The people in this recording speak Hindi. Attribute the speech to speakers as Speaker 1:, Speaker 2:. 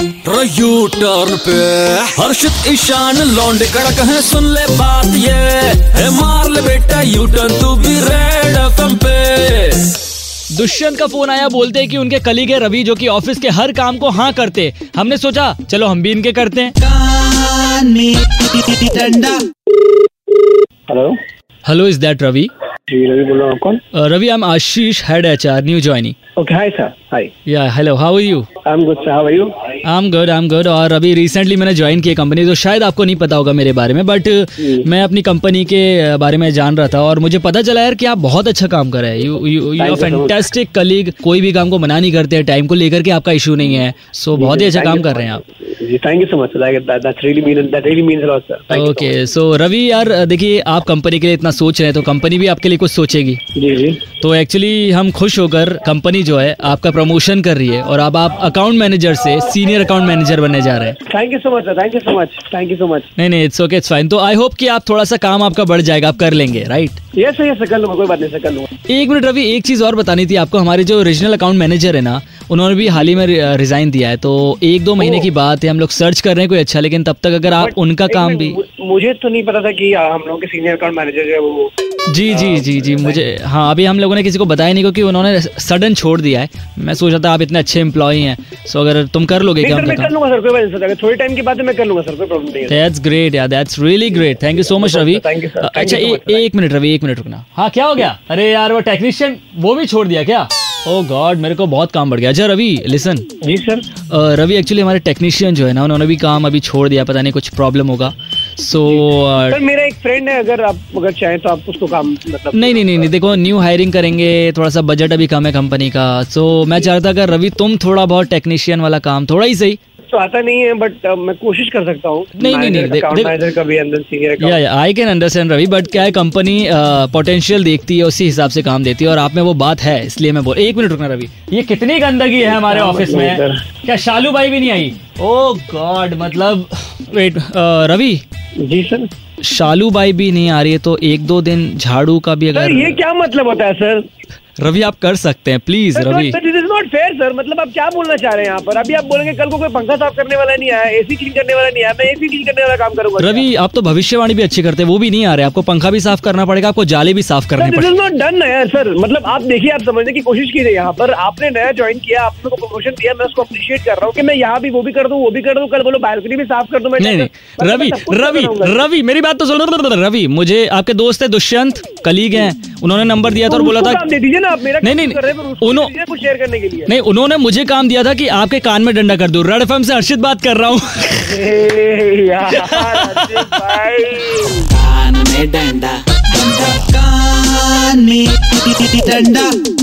Speaker 1: यू टर्न पे हर्षित ईशान लौंडे कड़क है सुन ले बात ये है मार ले बेटा यू टर्न तू भी रेड एफएम पे
Speaker 2: दुष्यंत का फोन आया बोलते हैं कि उनके कलीग है रवि जो कि ऑफिस के हर काम को हाँ करते हमने सोचा चलो हम भी इनके करते हैं
Speaker 3: hello
Speaker 2: hello is that Ravi
Speaker 3: ji Ravi बोल रहा हूँ कौन
Speaker 2: Ravi I am Ashish head H R new joining
Speaker 3: okay hi sir hi
Speaker 2: yeah hello how are you
Speaker 3: I am good sir how are you
Speaker 2: I am good I am good और अभी रिसेंटली मैंने ज्वाइन की कंपनी तो शायद आपको नहीं पता होगा मेरे बारे में बट
Speaker 3: Hmm.
Speaker 2: मैं अपनी कंपनी के uh, बारे में जान रहा था और मुझे पता चला यार कि आप बहुत अच्छा काम कर रहे हैं you you you are
Speaker 3: Thank you so much.
Speaker 2: Fantastic colleague कोई भी काम को मना नहीं करते टाइम को लेकर के आपका इशू नहीं है सो बहुत ही अच्छा काम कर रहे हैं आप
Speaker 3: जी thank you so much sir that's really mean that really means a lot sir thank you
Speaker 2: okay so Ravi यार देखिए आप कंपनी के लिए इतना सोच रहे हैं तो कंपनी भी आपके लिए कुछ सोचेगी
Speaker 3: जी जी
Speaker 2: तो एक्चुअली हम खुश होकर कंपनी जो है आपका प्रमोशन कर रही है और अब आप अकाउंट मैनेजर से सीनियर अकाउंट मैनेजर बनने जा रहे हैं
Speaker 3: thank you so much sir thank you so much thank you so much
Speaker 2: नहीं नहीं इट्स ओके इट्स फाइन तो आई होप कि आप थोड़ा सा काम आपका बढ़ जाएगा आप कर लेंगे right
Speaker 3: yes sir yes sir कर लूंगा कोई बात नहीं सर कर लूंगा
Speaker 2: एक मिनट रवि एक चीज़ और बतानी थी आपको हमारे जो रीजनल अकाउंट मैनेजर है ना उन्होंने भी हाल ही में रिजाइन दिया है तो एक दो महीने की बात है हम लोग सर्च कर रहे हैं कोई अच्छा लेकिन तब तक अगर आप
Speaker 3: But
Speaker 2: उनका
Speaker 3: एक
Speaker 2: काम
Speaker 3: मिनट,
Speaker 2: भी
Speaker 3: मु- मुझे तो नहीं पता था कि आ, हम लोगों के सीनियर अकाउंट मैनेजर जो है वो
Speaker 2: जी जी जी जी मुझे हाँ अभी हम लोगों ने किसी को बताया नहीं क्योंकि उन्होंने सडन छोड़ दिया है मैं सोच रहा था आप इतने अच्छे एम्प्लॉय हैं सो अगर तुम कर लोगे
Speaker 3: नहीं
Speaker 2: क्या
Speaker 3: सर
Speaker 2: उनका
Speaker 3: मैं कर
Speaker 2: काम
Speaker 3: लूंगा सर कोई बात नहीं सर अगर थोड़ी टाइम की बात है तो मैं कर लूंगा सर कोई प्रॉब्लम नहीं है
Speaker 2: दैट्स ग्रेट यार that's really great thank you so much
Speaker 3: Thank you so
Speaker 2: Ravi
Speaker 3: much, thank you, sir. Thank
Speaker 2: अच्छा
Speaker 3: you so
Speaker 2: uh,
Speaker 3: much, sir.
Speaker 2: एक मिनट रवि एक मिनट रुकना हाँ क्या हो गया अरे यार वो टेक्नीशियन वो भी छोड़ दिया क्या ओ गॉड मेरे को बहुत काम बढ़ गया अच्छा रवि लिसन
Speaker 3: जी सर
Speaker 2: रवि एक्चुअली हमारे टेक्नीशियन जो है ना उन्होंने भी काम अभी छोड़ दिया पता नहीं कुछ प्रॉब्लम होगा सो
Speaker 3: सर मेरा एक फ्रेंड है अगर आप अगर चाहें तो आप उसको काम मतलब
Speaker 2: नहीं नहीं नहीं नहीं देखो न्यू हायरिंग करेंगे थोड़ा सा बजट अभी कम है कंपनी का सो मैं चाह रहा था अगर रवि तुम थोड़ा बहुत टेक्नीशियन वाला काम थोड़ा ही सही
Speaker 3: तो आता नहीं है बट मैं कोशिश कर सकता हूँ
Speaker 2: नहीं, नहीं, नहीं, देख-
Speaker 3: अकाउंट
Speaker 2: देख-
Speaker 3: मैनेजर का भी अंदर senior
Speaker 2: yeah yeah I can understand Ravi but क्या है कंपनी पोटेंशियल देखती है उसी हिसाब से काम देती है और आप में वो बात है इसलिए मैं बोल एक मिनट रुकना रवि ये कितनी गंदगी है हमारे ऑफिस में
Speaker 3: मतलब इधर।
Speaker 2: क्या शालू भाई भी नहीं आई ओ गॉड मतलब वेट रवि
Speaker 3: अकाउंट जी सर
Speaker 2: शालू बाई भी नहीं आ रही है तो एक दो दिन झाड़ू का भी
Speaker 3: सर ये
Speaker 2: अगर
Speaker 3: क्या मतलब होता है सर
Speaker 2: रवि आप कर सकते हैं please Ravi
Speaker 3: this is not fair sir मतलब आप क्या बोलना चाह रहे हैं यहाँ पर अभी आप बोलेंगे कल को कोई पंखा साफ करने वाला नहीं आया एसी क्लीन करने वाला नहीं आया मैं एसी क्लीन करने वाला काम करूंगा
Speaker 2: रवि आप तो भविष्यवाणी भी अच्छी करते हैं वो भी नहीं आ रहे आपको पंखा भी साफ करना पड़ेगा आपको जाले भी साफ करने
Speaker 3: सर दिस
Speaker 2: पड़ेंगे
Speaker 3: इज नॉट डन ना यार सर मतलब आप देखिए आप समझने की कोशिश कीजिए यहाँ पर आपने नया ज्वाइन किया आपने को प्रमोशन दिया मैं उसको अप्रिशिएट कर रहा हूँ कि मैं यहाँ भी वो भी कर दूँ वो भी कर दूँ कल बोलो बालकनी भी साफ कर दूँ मैं
Speaker 2: नहीं नहीं
Speaker 3: मतलब
Speaker 2: रवि
Speaker 3: मैं सब कुछ
Speaker 2: रवि
Speaker 3: करता रहूंगा।
Speaker 2: रवि मेरी बात तो सुनो रवि मुझे आपके दोस्त है दुष्यंत कलीग हैं उन्होंने नंबर दिया था तो और
Speaker 3: उसको
Speaker 2: बोला था
Speaker 3: काम दे दीजिए ना आप मेरा
Speaker 2: नहीं, नहीं,
Speaker 3: काम कर रहे हैं पर उसको
Speaker 2: उन्हों-
Speaker 3: दे दीजिए कुछ शेयर करने के लिए
Speaker 2: नहीं उन्होंने मुझे काम दिया था कि आपके कान में डंडा कर दो रेड एफएम से हर्षित बात कर रहा हूँ
Speaker 3: ए यार, अजीत भाई
Speaker 4: कान में डंडा डंडा कान में डंडा